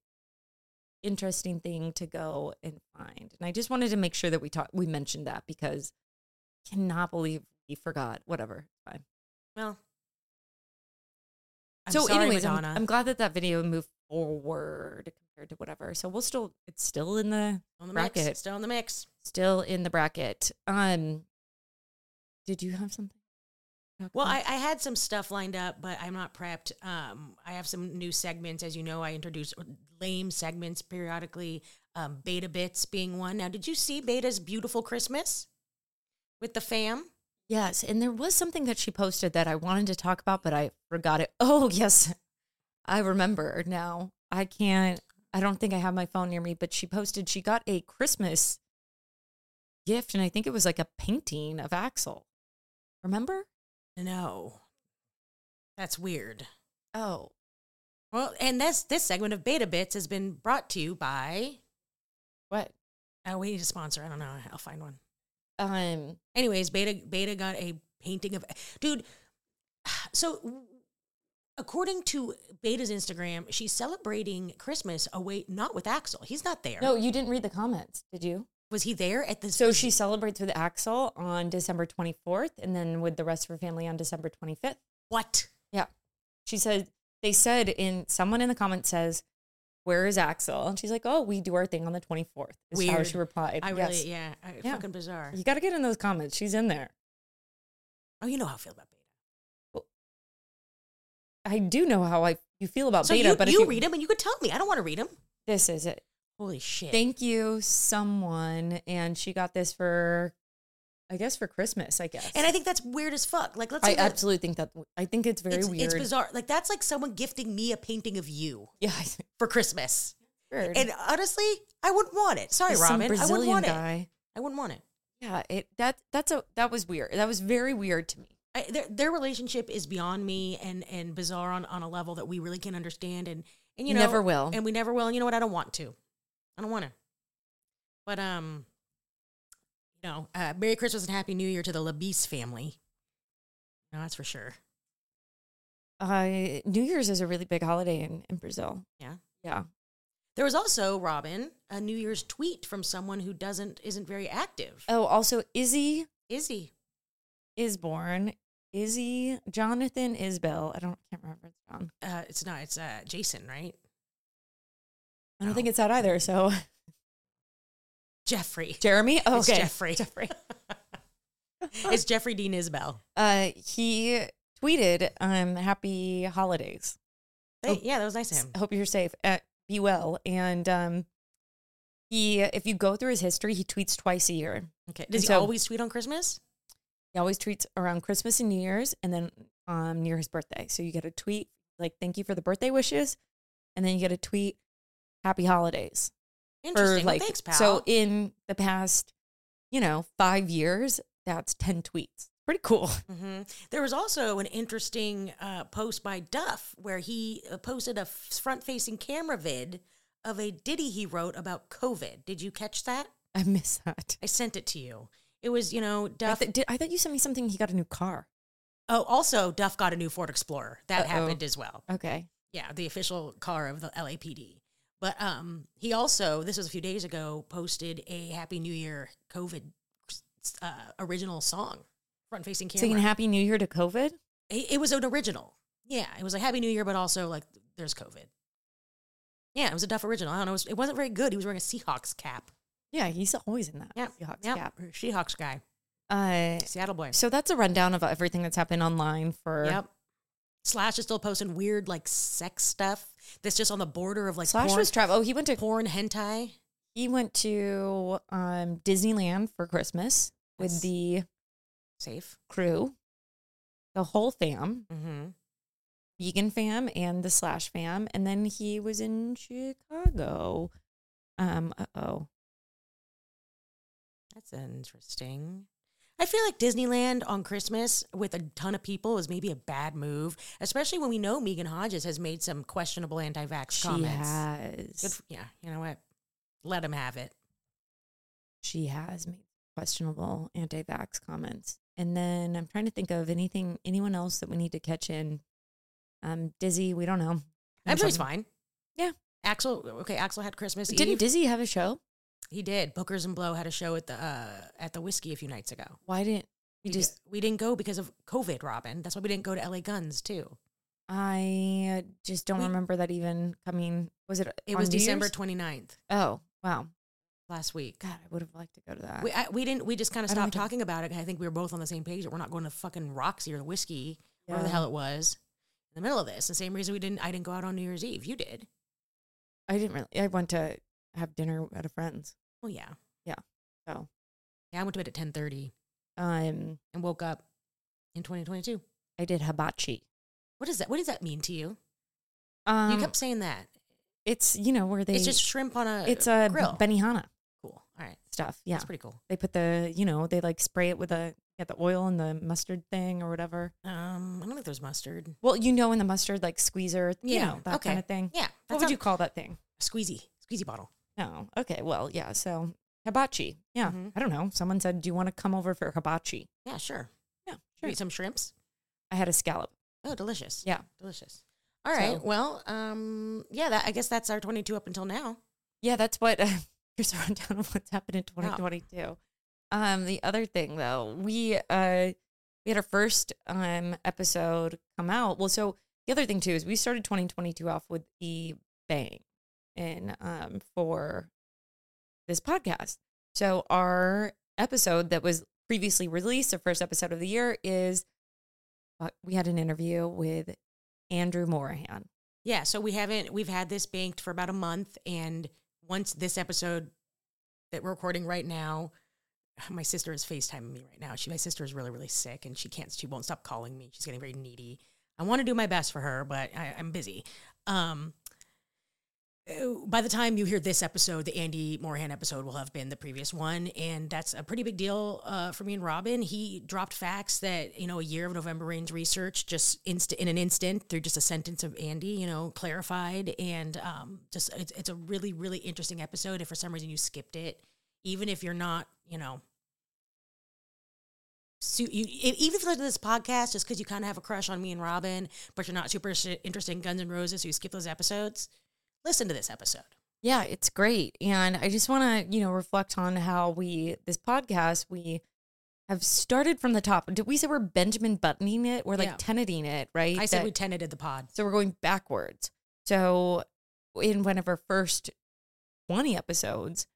Speaker 2: interesting thing to go and find. And I just wanted to make sure that we talked we mentioned that because cannot believe we forgot. Whatever. Fine.
Speaker 1: Well, I'm
Speaker 2: so
Speaker 1: sorry,
Speaker 2: anyways, I'm,
Speaker 1: Madonna.
Speaker 2: I'm glad that that video moved forward compared to whatever. So we'll still it's still in the
Speaker 1: on the mix.
Speaker 2: bracket.
Speaker 1: Still on the mix.
Speaker 2: Still in the bracket. Um did you have something? to talk
Speaker 1: Well,
Speaker 2: about?
Speaker 1: I, I had some stuff lined up, but I'm not prepped. Um, I have some new segments. As you know, I introduce lame segments periodically, um, Beta Bits being one. Now, did you see Beta's Beautiful Christmas with the fam?
Speaker 2: Yes, and there was something that she posted that I wanted to talk about, but I forgot it. *laughs* Oh, yes, I remember now. I can't. I don't think I have my phone near me, but she posted she got a Christmas gift, and I think it was like a painting of Axel. Remember?
Speaker 1: No. That's weird.
Speaker 2: Oh,
Speaker 1: Well, and this, this segment of Beta Bits has been brought to you by.
Speaker 2: what?
Speaker 1: Oh, we need a sponsor. I don't know. I'll find one.
Speaker 2: Um,
Speaker 1: Anyways, Beta Beta got a painting of dude. So w- according to Beta's Instagram, she's celebrating Christmas away not with Axel. He's not there.
Speaker 2: no, you didn't read the comments, did you?
Speaker 1: Was he there at the
Speaker 2: So she celebrates with Axel on December twenty fourth, and then with the rest of her family on December twenty fifth.
Speaker 1: what?
Speaker 2: Yeah. She said, they said in someone in the comments says, Where is Axel? And she's like, Oh, we do our thing on the 24th. Is how
Speaker 1: Weird.
Speaker 2: she replied.
Speaker 1: I
Speaker 2: Yes.
Speaker 1: really yeah, I,
Speaker 2: Yeah.
Speaker 1: fucking bizarre.
Speaker 2: You got to get in those comments. She's in there.
Speaker 1: Oh, you know how I feel about Beta.
Speaker 2: I do know how I you feel about
Speaker 1: so
Speaker 2: beta,
Speaker 1: you,
Speaker 2: but if
Speaker 1: you read him and you could tell me. I don't want to read him.
Speaker 2: this is it.
Speaker 1: Holy shit.
Speaker 2: Thank you, someone. And she got this for, I guess, for Christmas. I guess.
Speaker 1: and I think that's weird as fuck. Like let's
Speaker 2: I
Speaker 1: say that-
Speaker 2: absolutely think that I think it's very
Speaker 1: it's,
Speaker 2: weird.
Speaker 1: it's bizarre. Like that's like someone gifting me a painting of you
Speaker 2: *laughs* Yeah, I think
Speaker 1: for Christmas.
Speaker 2: it's weird.
Speaker 1: And honestly, I wouldn't want it. Sorry,
Speaker 2: There's some
Speaker 1: Robin. I wouldn't
Speaker 2: Brazilian
Speaker 1: want it.
Speaker 2: guy.
Speaker 1: I wouldn't want it.
Speaker 2: Yeah, it that that's a that was weird. That was very weird to me.
Speaker 1: I, their, their relationship is beyond me and and bizarre on, on a level that we really can't understand and and you know
Speaker 2: Never will.
Speaker 1: and we never will and you know what I don't want to I don't want to but um you know uh, Merry Christmas and Happy New Year to the Labisse family no that's for sure
Speaker 2: Uh, New Year's is a really big holiday in, in Brazil.
Speaker 1: Yeah.
Speaker 2: Yeah.
Speaker 1: there was also Robin a New Year's tweet from someone who doesn't isn't very active
Speaker 2: Oh, also Izzy
Speaker 1: Izzy
Speaker 2: is born. Izzy Jonathan Isbell. I don't can't remember it's John.
Speaker 1: uh, it's not it's uh, Jason right
Speaker 2: I don't
Speaker 1: Oh.
Speaker 2: think it's that either. So *laughs*
Speaker 1: Jeffrey
Speaker 2: Jeremy. Oh,
Speaker 1: It's
Speaker 2: okay.
Speaker 1: Jeffrey.
Speaker 2: Jeffrey.
Speaker 1: *laughs* it's Jeffrey Dean Isbell
Speaker 2: Uh, he tweeted, "Um, happy holidays.
Speaker 1: Hey,
Speaker 2: Oh.
Speaker 1: yeah that was nice of him
Speaker 2: Hope you're safe. Uh, be well." And um, he, if you go through his history, he tweets twice a year.
Speaker 1: okay does he
Speaker 2: So-
Speaker 1: always tweet on Christmas
Speaker 2: He always tweets around Christmas and New Year's and then um, near his birthday. So you get a tweet like, thank you for the birthday wishes. And then you get a tweet, happy holidays.
Speaker 1: Interesting. Well,
Speaker 2: like,
Speaker 1: thanks, pal.
Speaker 2: So in the past, you know, five years, that's 10 tweets. Pretty cool. *laughs*
Speaker 1: hmm There was also an interesting uh, post by Duff where he uh, posted a front facing camera vid of a ditty he wrote about COVID. Did you catch that?
Speaker 2: I miss that.
Speaker 1: I sent it to you. It was, you know,
Speaker 2: I,
Speaker 1: Duff.
Speaker 2: th- did, I thought you sent me something. He got a new car.
Speaker 1: oh, also, Duff got a new Ford Explorer. That
Speaker 2: Uh-oh.
Speaker 1: happened as well.
Speaker 2: Okay.
Speaker 1: Yeah, the official car of the LAPD. But um, he also, this was a few days ago, posted a Happy New Year COVID uh, original song, front facing camera.
Speaker 2: Singing Happy New Year to COVID.
Speaker 1: it, it was an original. Yeah, it was like Happy New Year, but also like there's COVID. Yeah, it was a Duff original. I don't know. It, was, it wasn't very good. He was wearing a Seahawks cap.
Speaker 2: Yeah, he's always in that.
Speaker 1: Yeah,
Speaker 2: Seahawks
Speaker 1: yeah,
Speaker 2: cap.
Speaker 1: Seahawks guy,
Speaker 2: Uh,
Speaker 1: Seattle boy.
Speaker 2: so that's a rundown of everything that's happened online for
Speaker 1: Yep. Slash is still posting weird like sex stuff that's just on the border of like
Speaker 2: Slash
Speaker 1: porn,
Speaker 2: was travel. Oh, he went to
Speaker 1: porn hentai.
Speaker 2: he went to um, Disneyland for Christmas
Speaker 1: Yes.
Speaker 2: with the
Speaker 1: Safe.
Speaker 2: crew, the whole fam,
Speaker 1: Mm-hmm.
Speaker 2: vegan fam, and the Slash fam, and then he was in Chicago. Um. Uh oh.
Speaker 1: That's interesting. I feel like Disneyland on Christmas with a ton of people is maybe a bad move, especially when we know Megan Hodges has made some questionable anti-vax
Speaker 2: She
Speaker 1: comments. Good
Speaker 2: has.
Speaker 1: f- yeah, you know what? Let him have it.
Speaker 2: She has made questionable anti-vax comments. And then I'm trying to think of anything, anyone else that we need to catch in. Um, Dizzy, we don't know.
Speaker 1: I'm sure he's
Speaker 2: Something-
Speaker 1: fine.
Speaker 2: Yeah.
Speaker 1: Axel. Okay, Axel had Christmas
Speaker 2: Didn't
Speaker 1: Eve.
Speaker 2: Dizzy have a show?
Speaker 1: he did. Booker's and Blow had a show at the uh, at the whiskey a few nights ago.
Speaker 2: Why didn't we
Speaker 1: Beca-
Speaker 2: just
Speaker 1: we didn't go because of COVID, Robin. That's why we didn't go to LA Guns too.
Speaker 2: I just don't
Speaker 1: We-
Speaker 2: remember that even coming. Was it?
Speaker 1: It
Speaker 2: on
Speaker 1: was
Speaker 2: New
Speaker 1: December
Speaker 2: Year's?
Speaker 1: twenty 29th
Speaker 2: oh wow,
Speaker 1: last week.
Speaker 2: God, I would have liked to go to that.
Speaker 1: We I, we didn't we just kind of
Speaker 2: I don't
Speaker 1: stopped
Speaker 2: think I-
Speaker 1: talking about it. 'cause I think we were both on the same page that we're not going to fucking Roxy or the whiskey, whatever the
Speaker 2: Yeah.
Speaker 1: hell it was, in the middle of this. The same reason we didn't I didn't go out on New Year's Eve. You did.
Speaker 2: I didn't really. I went to have dinner at a friend's.
Speaker 1: Well, yeah,
Speaker 2: So,
Speaker 1: yeah. I went to bed at ten thirty
Speaker 2: um,
Speaker 1: and woke up in twenty twenty two.
Speaker 2: I did hibachi.
Speaker 1: What is that? What does that mean to you?
Speaker 2: Um,
Speaker 1: you kept saying that.
Speaker 2: it's you know where they.
Speaker 1: it's just shrimp on a
Speaker 2: it's a
Speaker 1: grill.
Speaker 2: Benihana
Speaker 1: cool. All right.
Speaker 2: stuff. Yeah,
Speaker 1: That's pretty cool.
Speaker 2: they put the you know they like spray it with a get the oil and the mustard thing or whatever.
Speaker 1: Um, I don't think there's mustard.
Speaker 2: Well, you know, in the mustard like squeezer, you
Speaker 1: Yeah,
Speaker 2: know that
Speaker 1: okay.
Speaker 2: kind of thing.
Speaker 1: Yeah.
Speaker 2: What would you call that thing?
Speaker 1: squeezy? Squeezy bottle.
Speaker 2: No. Oh, Okay. Well, yeah. So hibachi. Yeah.
Speaker 1: Mhm.
Speaker 2: I don't know. Someone said, "Do you want to come over for hibachi?"
Speaker 1: Yeah, sure.
Speaker 2: Yeah.
Speaker 1: Should we
Speaker 2: Sure.
Speaker 1: Eat some shrimps.
Speaker 2: I had a scallop.
Speaker 1: Oh, delicious.
Speaker 2: Yeah.
Speaker 1: Delicious. All right.
Speaker 2: So-
Speaker 1: Well, um, yeah, that I guess that's our 22 up until now.
Speaker 2: Yeah, that's what. *laughs* here's a rundown of what's happened in 2022. Um, the other thing though, we uh we had our first um episode come out. Well, so the other thing too is we started 2022 off with the bang, and um for this podcast. So our episode that was previously released, the first episode of the year, is uh, we had an interview with Andrew Morahan.
Speaker 1: Yeah. So we haven't we've had this banked for about a month, and once this episode that we're recording right now, *sighs* my sister is FaceTiming me right now. She my sister is really really sick, and she can't she won't stop calling me. She's getting very needy. I want to do my best for her, but I, I'm busy. Um, uh, by the time you hear this episode, the Andy Moorhan episode will have been the previous one, and that's a pretty big deal uh, for me and Robin. He dropped facts that you know a year of November Rain's research just inst- in an instant through just a sentence of Andy, you know, clarified, and um, just it's, it's a really really interesting episode. If for some reason you skipped it, even if you're not, you know. su you, e- even if you listen to this podcast, just because you kind of have a crush on me and Robin, but you're not super si- interested in Guns N' Roses, so you skip those episodes, listen to this episode.
Speaker 2: Yeah, it's great. And I just want to, you know, reflect on how we, this podcast, we have started from the top. Did we say we're Benjamin buttoning it? We're like
Speaker 1: Yeah.
Speaker 2: tenanting it, right?
Speaker 1: I said
Speaker 2: That-
Speaker 1: we tenanted the pod.
Speaker 2: so we're going backwards. So in one of our first 20 episodes,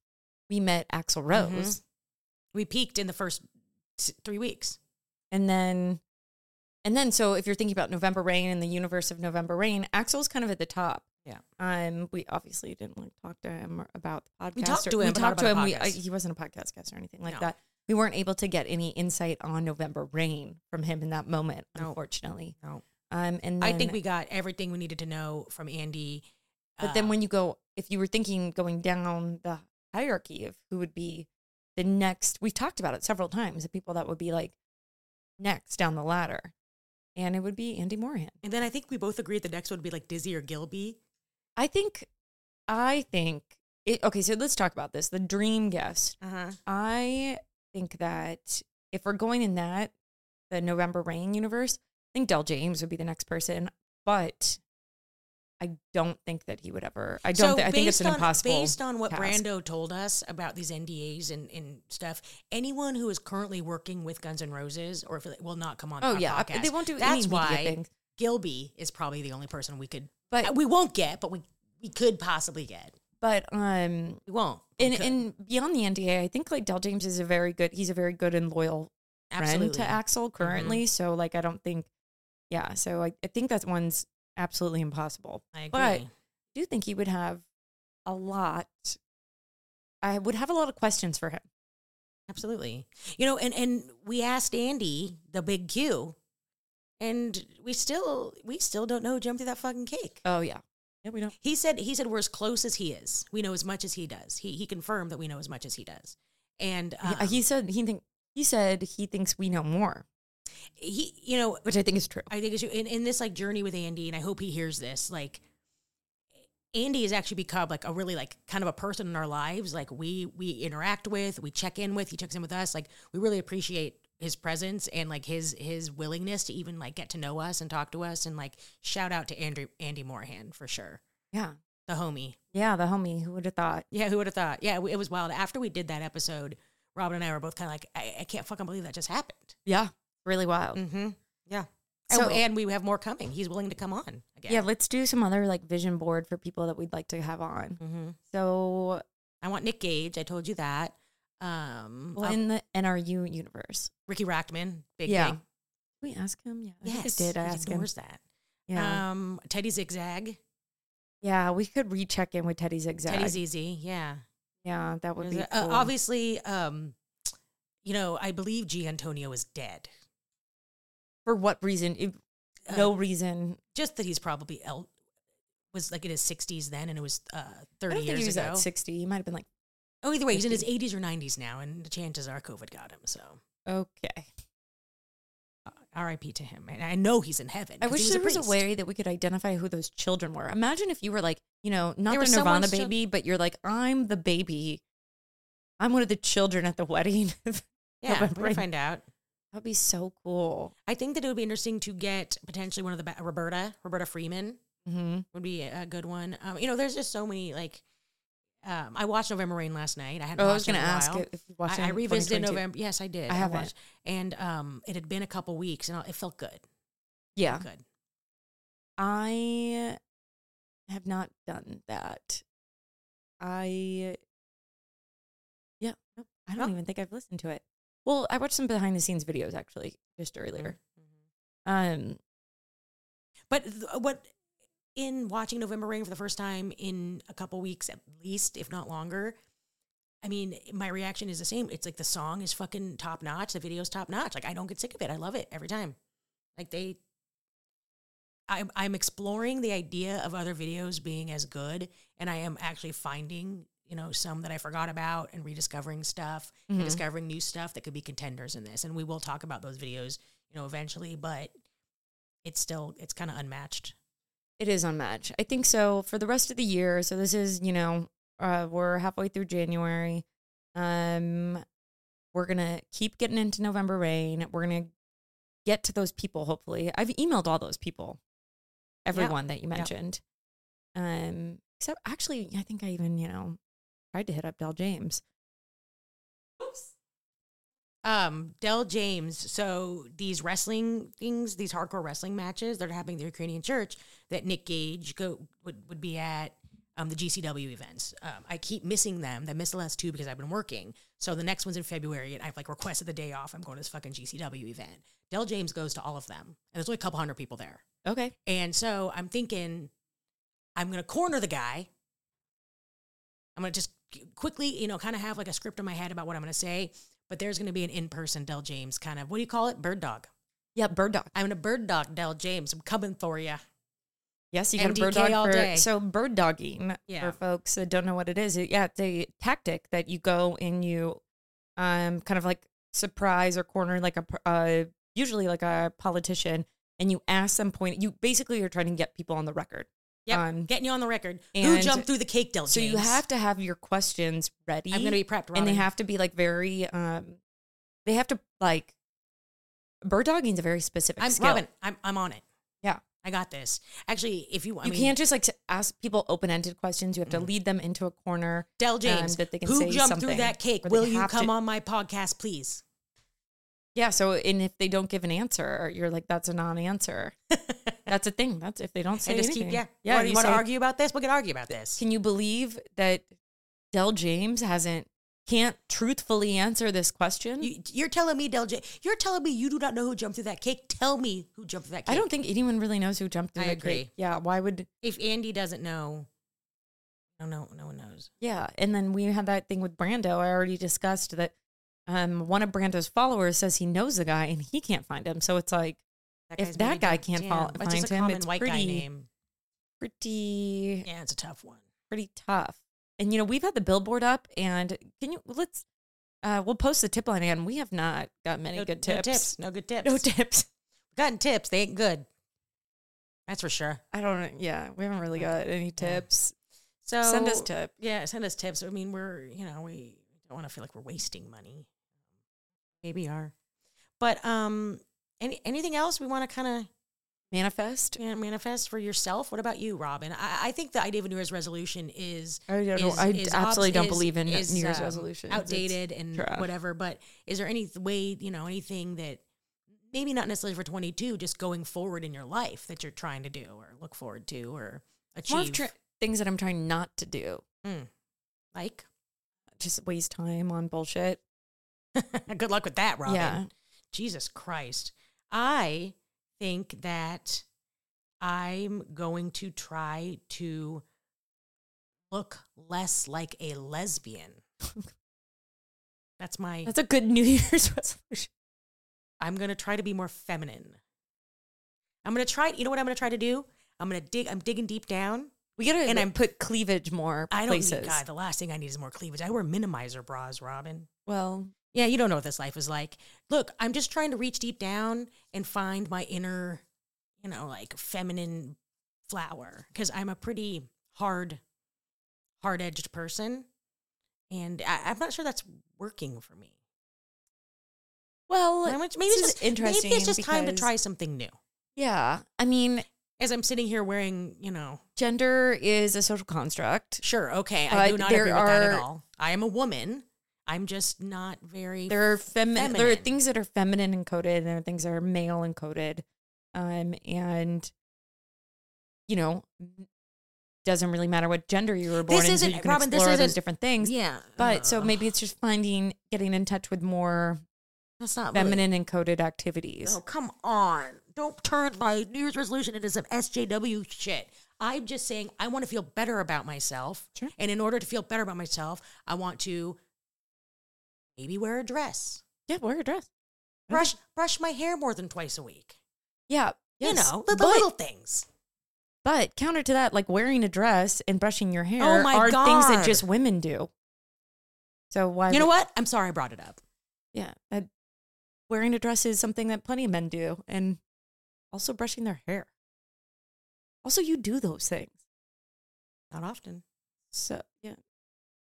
Speaker 2: we met Axel Rose.
Speaker 1: Mm-hmm. We peaked in the first s- three weeks.
Speaker 2: And then, and then, so if you're thinking about November Rain and the universe of November Rain, Axel's kind of at the top.
Speaker 1: Yeah.
Speaker 2: Um, we obviously didn't like talk to him or- about the podcast.
Speaker 1: We talked
Speaker 2: or-
Speaker 1: to him,
Speaker 2: We
Speaker 1: but not
Speaker 2: talked to him.
Speaker 1: about a
Speaker 2: We, I,
Speaker 1: podcast.
Speaker 2: he wasn't a podcast guest or anything like
Speaker 1: No.
Speaker 2: that. We weren't able to get any insight on November Rain from him in that moment,
Speaker 1: No.
Speaker 2: unfortunately.
Speaker 1: No.
Speaker 2: Um, and
Speaker 1: I
Speaker 2: then-
Speaker 1: think we got everything we needed to know from Andy.
Speaker 2: But then
Speaker 1: uh,
Speaker 2: when you go, if you were thinking going down the hierarchy of who would be the next, we've talked about it several times, the people that would be like next down the ladder, and it would be Andy Moorhan.
Speaker 1: and then I think we both agreed the next one would be like Dizzy or Gilby.
Speaker 2: I think, I think it, okay, so let's talk about this. The dream guest.
Speaker 1: Uh-huh.
Speaker 2: I think that if we're going in that, the November Rain universe, I think Del James would be the next person, but I don't think that he would ever. I don't.
Speaker 1: So
Speaker 2: thi- I think it's
Speaker 1: based
Speaker 2: an
Speaker 1: on-
Speaker 2: impossible.
Speaker 1: Based on what
Speaker 2: task.
Speaker 1: Brando told us about these NDAs and, and stuff, anyone who is currently working with Guns N' Roses or if it will not come on.
Speaker 2: oh
Speaker 1: our
Speaker 2: yeah, I-
Speaker 1: podcast.
Speaker 2: they won't do
Speaker 1: That's
Speaker 2: any
Speaker 1: why
Speaker 2: media things.
Speaker 1: Gilby is probably the only person we could.
Speaker 2: But
Speaker 1: uh, we won't get, but we we could possibly get.
Speaker 2: but um,
Speaker 1: We won't. We
Speaker 2: and
Speaker 1: could.
Speaker 2: and beyond the NDA, I think like Del James is a very good. He's a very good and loyal friend to Axel currently. So like, I don't think. Yeah, so I, I think that one's absolutely impossible.
Speaker 1: I agree.
Speaker 2: but- do think he would have a lot. I would have a lot of questions for him.
Speaker 1: Absolutely. You know, and and we asked Andy the big Q, and we still we still don't know who jumped through that fucking cake.
Speaker 2: Oh yeah, yeah, we don't.
Speaker 1: He said he said we're as close as he is. We know as much as he does. He he confirmed that we know as much as he does. And um,
Speaker 2: Yeah, he said he think he said he thinks we know more,
Speaker 1: he you know
Speaker 2: which I think is true.
Speaker 1: I think it's in, in this like journey with Andy, and I hope he hears this. Like, Andy has actually become like a really like kind of a person in our lives. Like we we interact with, we check in with, he checks in with us. Like we really appreciate his presence and like his his willingness to even like get to know us and talk to us. And like shout out to Andrew Andy Moorhan for sure,
Speaker 2: Yeah,
Speaker 1: the homie.
Speaker 2: yeah, the homie. Who would have thought?
Speaker 1: Yeah, who would have thought? Yeah, it was wild. After we did that episode, Robin and I were both kind of like, I, I can't fucking believe that just happened.
Speaker 2: Yeah, really wild.
Speaker 1: Mm-hmm. Yeah.
Speaker 2: So-
Speaker 1: oh, and we have more coming. He's willing to come on again.
Speaker 2: Yeah, let's do some other like vision board for people that we'd like to have on.
Speaker 1: Mm-hmm.
Speaker 2: So
Speaker 1: I want Nick Gage. I told you that. Um,
Speaker 2: well,
Speaker 1: uh,
Speaker 2: in the NRU universe,
Speaker 1: Ricky Rackman, big
Speaker 2: Yeah.
Speaker 1: thing.
Speaker 2: Can we ask him. Yeah, I think
Speaker 1: Yes,
Speaker 2: I did. I
Speaker 1: he
Speaker 2: asked him.
Speaker 1: ignores that.
Speaker 2: Yeah,
Speaker 1: Um, Teddy Zigzag,
Speaker 2: yeah, we could recheck in with Teddy Zigzag.
Speaker 1: Teddy Zigzag, yeah.
Speaker 2: yeah, that would be
Speaker 1: Uh,
Speaker 2: cool.
Speaker 1: obviously, um, you know, I believe G Antonio is dead.
Speaker 2: For what reason? If,
Speaker 1: Uh,
Speaker 2: no reason.
Speaker 1: Just that he's probably el- was like in his sixties then, and it was uh,
Speaker 2: I
Speaker 1: thirty
Speaker 2: don't think
Speaker 1: years
Speaker 2: he was
Speaker 1: ago.
Speaker 2: at 60. He might have been like,
Speaker 1: oh, either way, he's in his eighties or nineties now, and the chances are COVID got him. So,
Speaker 2: okay.
Speaker 1: uh, R.I.P. to him. And I know he's in heaven.
Speaker 2: I
Speaker 1: 'cause he
Speaker 2: wish there was a
Speaker 1: priest.
Speaker 2: way that we could identify who those children were. Imagine if you were like, you know, not the
Speaker 1: They were
Speaker 2: Nirvana
Speaker 1: someone's chil-
Speaker 2: baby, but you're like, I'm the baby. I'm one of the children at the *laughs* wedding. that
Speaker 1: Yeah, we're gonna
Speaker 2: Right.
Speaker 1: find out.
Speaker 2: would be so cool.
Speaker 1: I think that it would be interesting to get potentially one of the ba- Roberta Roberta Freeman
Speaker 2: Mm-hmm.
Speaker 1: would be a good one. Um, you know, there's just so many like. Um, I watched November Rain last night. I hadn't.
Speaker 2: Oh, I was
Speaker 1: watched
Speaker 2: going
Speaker 1: it
Speaker 2: to
Speaker 1: in a
Speaker 2: ask
Speaker 1: while.
Speaker 2: if you watched it
Speaker 1: I, I
Speaker 2: in
Speaker 1: revisited
Speaker 2: 2022.
Speaker 1: November. Yes, I did.
Speaker 2: I haven't.
Speaker 1: watched- and um, it had been a couple weeks, and I- it felt good.
Speaker 2: Yeah.
Speaker 1: Good.
Speaker 2: *laughs* I have not done that. I, yeah, no, I don't
Speaker 1: No.
Speaker 2: even think I've listened to it. Well, I watched some behind the scenes videos actually just earlier.
Speaker 1: Mm-hmm.
Speaker 2: Um,
Speaker 1: But th- uh, what in watching November Rain for the first time in a couple weeks at least, if not longer, I mean, my reaction is the same. It's like the song is fucking top notch, the video's top notch. Like I don't get sick of it. I love it every time. Like they I'm I'm exploring the idea of other videos being as good and I am actually finding, you know, some that I forgot about and rediscovering stuff
Speaker 2: Mhm.
Speaker 1: and discovering new stuff that could be contenders in this. And we will talk about those videos, you know, eventually, but it's still it's kind of unmatched.
Speaker 2: It is unmatched. I think so for the rest of the year. So this is, you know, uh, we're halfway through January. Um, we're gonna keep getting into November rain. We're gonna get to those people. Hopefully, I've emailed all those people, everyone that you mentioned. Um, except actually, I think I even you know tried to hit up Del James.
Speaker 1: Um, Del James. So these wrestling things, these hardcore wrestling matches, they're happening at the Ukrainian church that Nick Gage go would, would be at um, the GCW events. Um, I keep missing them. I missed the last two because I've been working. So the next one's in February, and I've like requested the day off. I'm going to this fucking GCW event. Del James goes to all of them, and there's only a couple hundred people there.
Speaker 2: Okay,
Speaker 1: And so I'm thinking, I'm going to corner the guy. I'm going to just quickly, you know, kind of have like a script in my head about what I'm going to say. But there's going to be an in person Del James kind of, what do you call it? Bird dog.
Speaker 2: yeah, Bird Dog.
Speaker 1: I'm going to bird dog Del James. I'm coming for you.
Speaker 2: Yes, you got a bird
Speaker 1: MDK
Speaker 2: dog
Speaker 1: all
Speaker 2: for,
Speaker 1: day.
Speaker 2: So bird dogging
Speaker 1: Yeah.
Speaker 2: for folks that don't know what it is. It, yeah, it's a tactic that you go and you, um, kind of like surprise or corner like a p- uh, usually like a politician, and you ask them point. You basically are trying to get people on the record.
Speaker 1: Yep.
Speaker 2: Um,
Speaker 1: Getting you on the record. Who
Speaker 2: and-
Speaker 1: jumped through the cake dealt?
Speaker 2: so you
Speaker 1: James?
Speaker 2: have to have your questions ready.
Speaker 1: I'm going to be prepped, Robin.
Speaker 2: and they have to be like very um they have to like bird dogging's a very specific
Speaker 1: I'm
Speaker 2: skill.
Speaker 1: Robin. I'm I'm on it.
Speaker 2: Yeah.
Speaker 1: I got this. Actually, if you, I
Speaker 2: you
Speaker 1: mean, Mm.
Speaker 2: can't just like ask people open-ended questions. You have to lead them into a corner.
Speaker 1: Del James
Speaker 2: that they can
Speaker 1: who
Speaker 2: say
Speaker 1: jumped through
Speaker 2: something,
Speaker 1: that cake.
Speaker 2: or they
Speaker 1: Will you
Speaker 2: have to-
Speaker 1: come on my podcast, please?
Speaker 2: Yeah. So, and if they don't give an answer, you're like, that's a
Speaker 1: *laughs*
Speaker 2: non-answer. that's a thing. That's if they don't say
Speaker 1: and just
Speaker 2: anything.
Speaker 1: keep yeah.
Speaker 2: Yeah.
Speaker 1: What,
Speaker 2: you
Speaker 1: you want to
Speaker 2: say,
Speaker 1: argue about this? We can argue about this.
Speaker 2: Can you believe that Del James hasn't can't truthfully answer this question?
Speaker 1: You, you're telling me, Del J. You're telling me you do not know who jumped through that cake. Tell me who jumped through that cake.
Speaker 2: I don't think anyone really knows who jumped through
Speaker 1: I
Speaker 2: the gate.
Speaker 1: agree.
Speaker 2: Yeah. Why would?
Speaker 1: If Andy doesn't know, no, no, no one knows.
Speaker 2: Yeah. And then we had that thing with Brando. I already discussed that. Um, one of Brando's followers says he knows the guy and he can't find him. So it's like If
Speaker 1: guy's
Speaker 2: that
Speaker 1: maybe
Speaker 2: guy
Speaker 1: dead.
Speaker 2: can't
Speaker 1: Damn,
Speaker 2: fol-
Speaker 1: that's just
Speaker 2: find
Speaker 1: a
Speaker 2: him,
Speaker 1: common
Speaker 2: it's
Speaker 1: white guy
Speaker 2: pretty-
Speaker 1: name.
Speaker 2: pretty
Speaker 1: Yeah, it's a tough one.
Speaker 2: pretty tough. And you know, we've had the billboard up, and can you let's uh we'll post the tip line again. We have not got many
Speaker 1: no,
Speaker 2: good
Speaker 1: no
Speaker 2: tips.
Speaker 1: No good tips.
Speaker 2: *laughs* No tips.
Speaker 1: Gotten tips. They ain't good. That's for sure.
Speaker 2: I don't. know. Yeah, we haven't really got any tips.
Speaker 1: So
Speaker 2: Send us tip.
Speaker 1: Yeah, send us tips. I mean, we're you know we don't want to feel like we're wasting money. Maybe are, but um, any anything else we want to kind of
Speaker 2: Manifest.
Speaker 1: Yeah, manifest for yourself. What about you, Robin? I, I think the idea of a New Year's resolution is.
Speaker 2: I don't know.
Speaker 1: is-
Speaker 2: I
Speaker 1: is
Speaker 2: absolutely
Speaker 1: obs-
Speaker 2: don't
Speaker 1: is-
Speaker 2: believe in
Speaker 1: is,
Speaker 2: New Year's
Speaker 1: um,
Speaker 2: resolutions. It's-
Speaker 1: Outdated and
Speaker 2: trash.
Speaker 1: whatever. But is there any th- way, you know, anything that maybe not necessarily for 22, just going forward in your life that you're trying to do or look forward to or
Speaker 2: it's more
Speaker 1: achieve?
Speaker 2: of tra- things that I'm trying not to do.
Speaker 1: Mm. Like, *laughs*
Speaker 2: Just waste time on bullshit.
Speaker 1: good luck with that, Robin.
Speaker 2: Yeah.
Speaker 1: Jesus Christ. I think that I'm going to try to look less like
Speaker 2: *laughs*
Speaker 1: a lesbian. That's my
Speaker 2: That's a good *laughs* New Year's resolution.
Speaker 1: I'm going to try to be more feminine. I'm going to try you know what I'm going to try to do? I'm going to dig I'm digging deep down.
Speaker 2: We gotta
Speaker 1: And
Speaker 2: and I
Speaker 1: I'm-
Speaker 2: put cleavage more
Speaker 1: I don't
Speaker 2: places.
Speaker 1: need God, the last thing I need is more cleavage. I wear minimizer bras, Robin.
Speaker 2: Well,
Speaker 1: Yeah, you don't know what this life is like. Look, I'm just trying to reach deep down and find my inner, you know, like feminine flower because I'm a pretty hard, hard edged person. And I, I'm not sure that's working for me.
Speaker 2: well,
Speaker 1: Maybe it's, maybe it's
Speaker 2: this
Speaker 1: just,
Speaker 2: is interesting.
Speaker 1: maybe it's just time to
Speaker 2: because-
Speaker 1: try something new.
Speaker 2: Yeah, I mean,
Speaker 1: As I'm sitting here wearing, you know,
Speaker 2: gender is a social construct.
Speaker 1: sure, okay, I
Speaker 2: Uh,
Speaker 1: do not
Speaker 2: there
Speaker 1: agree with that
Speaker 2: are-
Speaker 1: at all. I am a woman. I'm just not very.
Speaker 2: There are femi- There are
Speaker 1: Feminine.
Speaker 2: things that are feminine encoded, and there are things that are male encoded. Um, and you know, doesn't really matter what gender you were born
Speaker 1: This
Speaker 2: in, so
Speaker 1: isn't-
Speaker 2: you can
Speaker 1: Robin, this
Speaker 2: explore those
Speaker 1: isn't-
Speaker 2: different things.
Speaker 1: yeah,
Speaker 2: But so
Speaker 1: uh,
Speaker 2: maybe it's just finding, getting in touch with more
Speaker 1: that's not really-
Speaker 2: feminine encoded activities.
Speaker 1: Oh, come on. Don't turn my New Year's resolution into some SJW shit. I'm just saying I want to feel better about myself.
Speaker 2: Sure.
Speaker 1: And in order to feel better about myself, I want to maybe wear a dress.
Speaker 2: Yeah, wear a dress.
Speaker 1: Brush brush my hair more than twice a week.
Speaker 2: Yeah, yes.
Speaker 1: You know, the, the
Speaker 2: but-
Speaker 1: little things.
Speaker 2: But counter to that, like wearing a dress and brushing your hair
Speaker 1: Oh my
Speaker 2: are things
Speaker 1: God.
Speaker 2: that just women do. So why?
Speaker 1: you know
Speaker 2: would-
Speaker 1: what? I'm sorry I brought it up.
Speaker 2: Yeah, that wearing a dress is something that plenty of men do, and also brushing their hair. Also, you do those things.
Speaker 1: Not often.
Speaker 2: So yeah,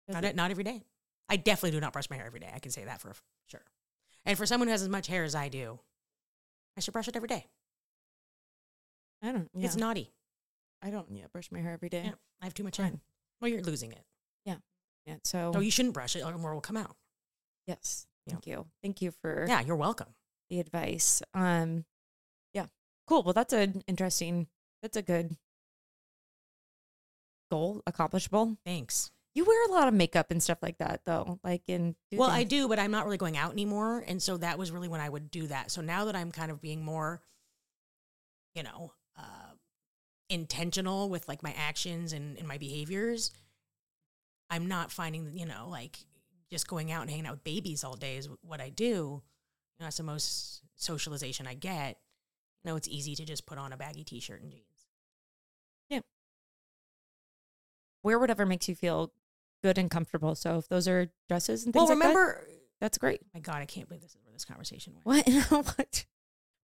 Speaker 1: Not, not every day. I definitely do not brush my hair every day. I can say that for f- sure. And for someone who has as much hair as I do, I should brush it every day.
Speaker 2: I don't. Yeah,
Speaker 1: It's naughty.
Speaker 2: I don't. Yeah, brush my hair every day.
Speaker 1: Yeah. I have too much hair.
Speaker 2: Fine.
Speaker 1: Well, you're losing it.
Speaker 2: Yeah, so
Speaker 1: No, you shouldn't brush it, or more will come out.
Speaker 2: Oh, yes,
Speaker 1: Yeah.
Speaker 2: thank you, thank you for
Speaker 1: Yeah, you're welcome.
Speaker 2: the advice. Um, yeah, cool. Well, that's an interesting. That's a good goal, accomplishable.
Speaker 1: Thanks.
Speaker 2: You wear a lot of makeup and stuff like that, though. Like in
Speaker 1: Well, I do, but I'm not really going out anymore. And so that was really when I would do that. So now that I'm kind of being more, you know, uh, intentional with like my actions and, and my behaviors, I'm not finding, that, you know, like just going out and hanging out with babies all day is what I do. You know, that's the most socialization I get. You know, it's easy to just put on a baggy t shirt and jeans.
Speaker 2: wear whatever makes you feel good and comfortable. So if those are dresses and things,
Speaker 1: well,
Speaker 2: like that,
Speaker 1: remember,
Speaker 2: that's great. *laughs*
Speaker 1: my God, I can't believe this is where this conversation went.
Speaker 2: What? what?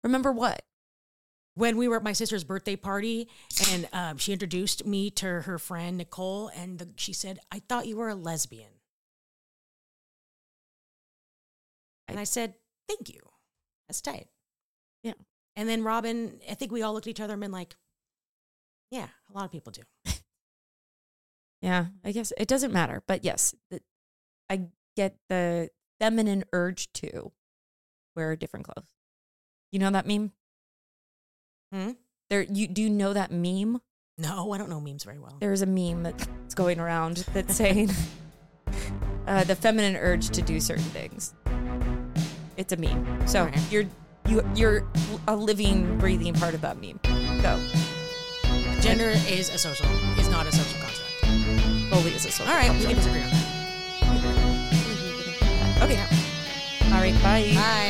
Speaker 2: Remember what?
Speaker 1: when we were at my sister's birthday party and um, she introduced me to her friend Nicole, and the, she said, I thought you were a lesbian. And I said, Thank you. That's tight.
Speaker 2: Yeah.
Speaker 1: And then Robin, I think we all looked at each other and been like, Yeah, a lot of people do.
Speaker 2: Yeah, I guess it doesn't matter. But yes, th- I get the feminine urge to wear different clothes. You know that meme?
Speaker 1: Hmm?
Speaker 2: There, you do you know that meme?
Speaker 1: No, I don't know memes very well.
Speaker 2: There is a meme that's going around that's saying *laughs* uh, the feminine urge to do certain things. It's a meme. So
Speaker 1: Alright.
Speaker 2: you're you you're a living, breathing part of that meme. So
Speaker 1: Gender is a social, is not a social construct.
Speaker 2: fully is a social.
Speaker 1: All right, we
Speaker 2: construct.
Speaker 1: can disagree on that.
Speaker 2: Okay. All right. Bye.
Speaker 1: Bye.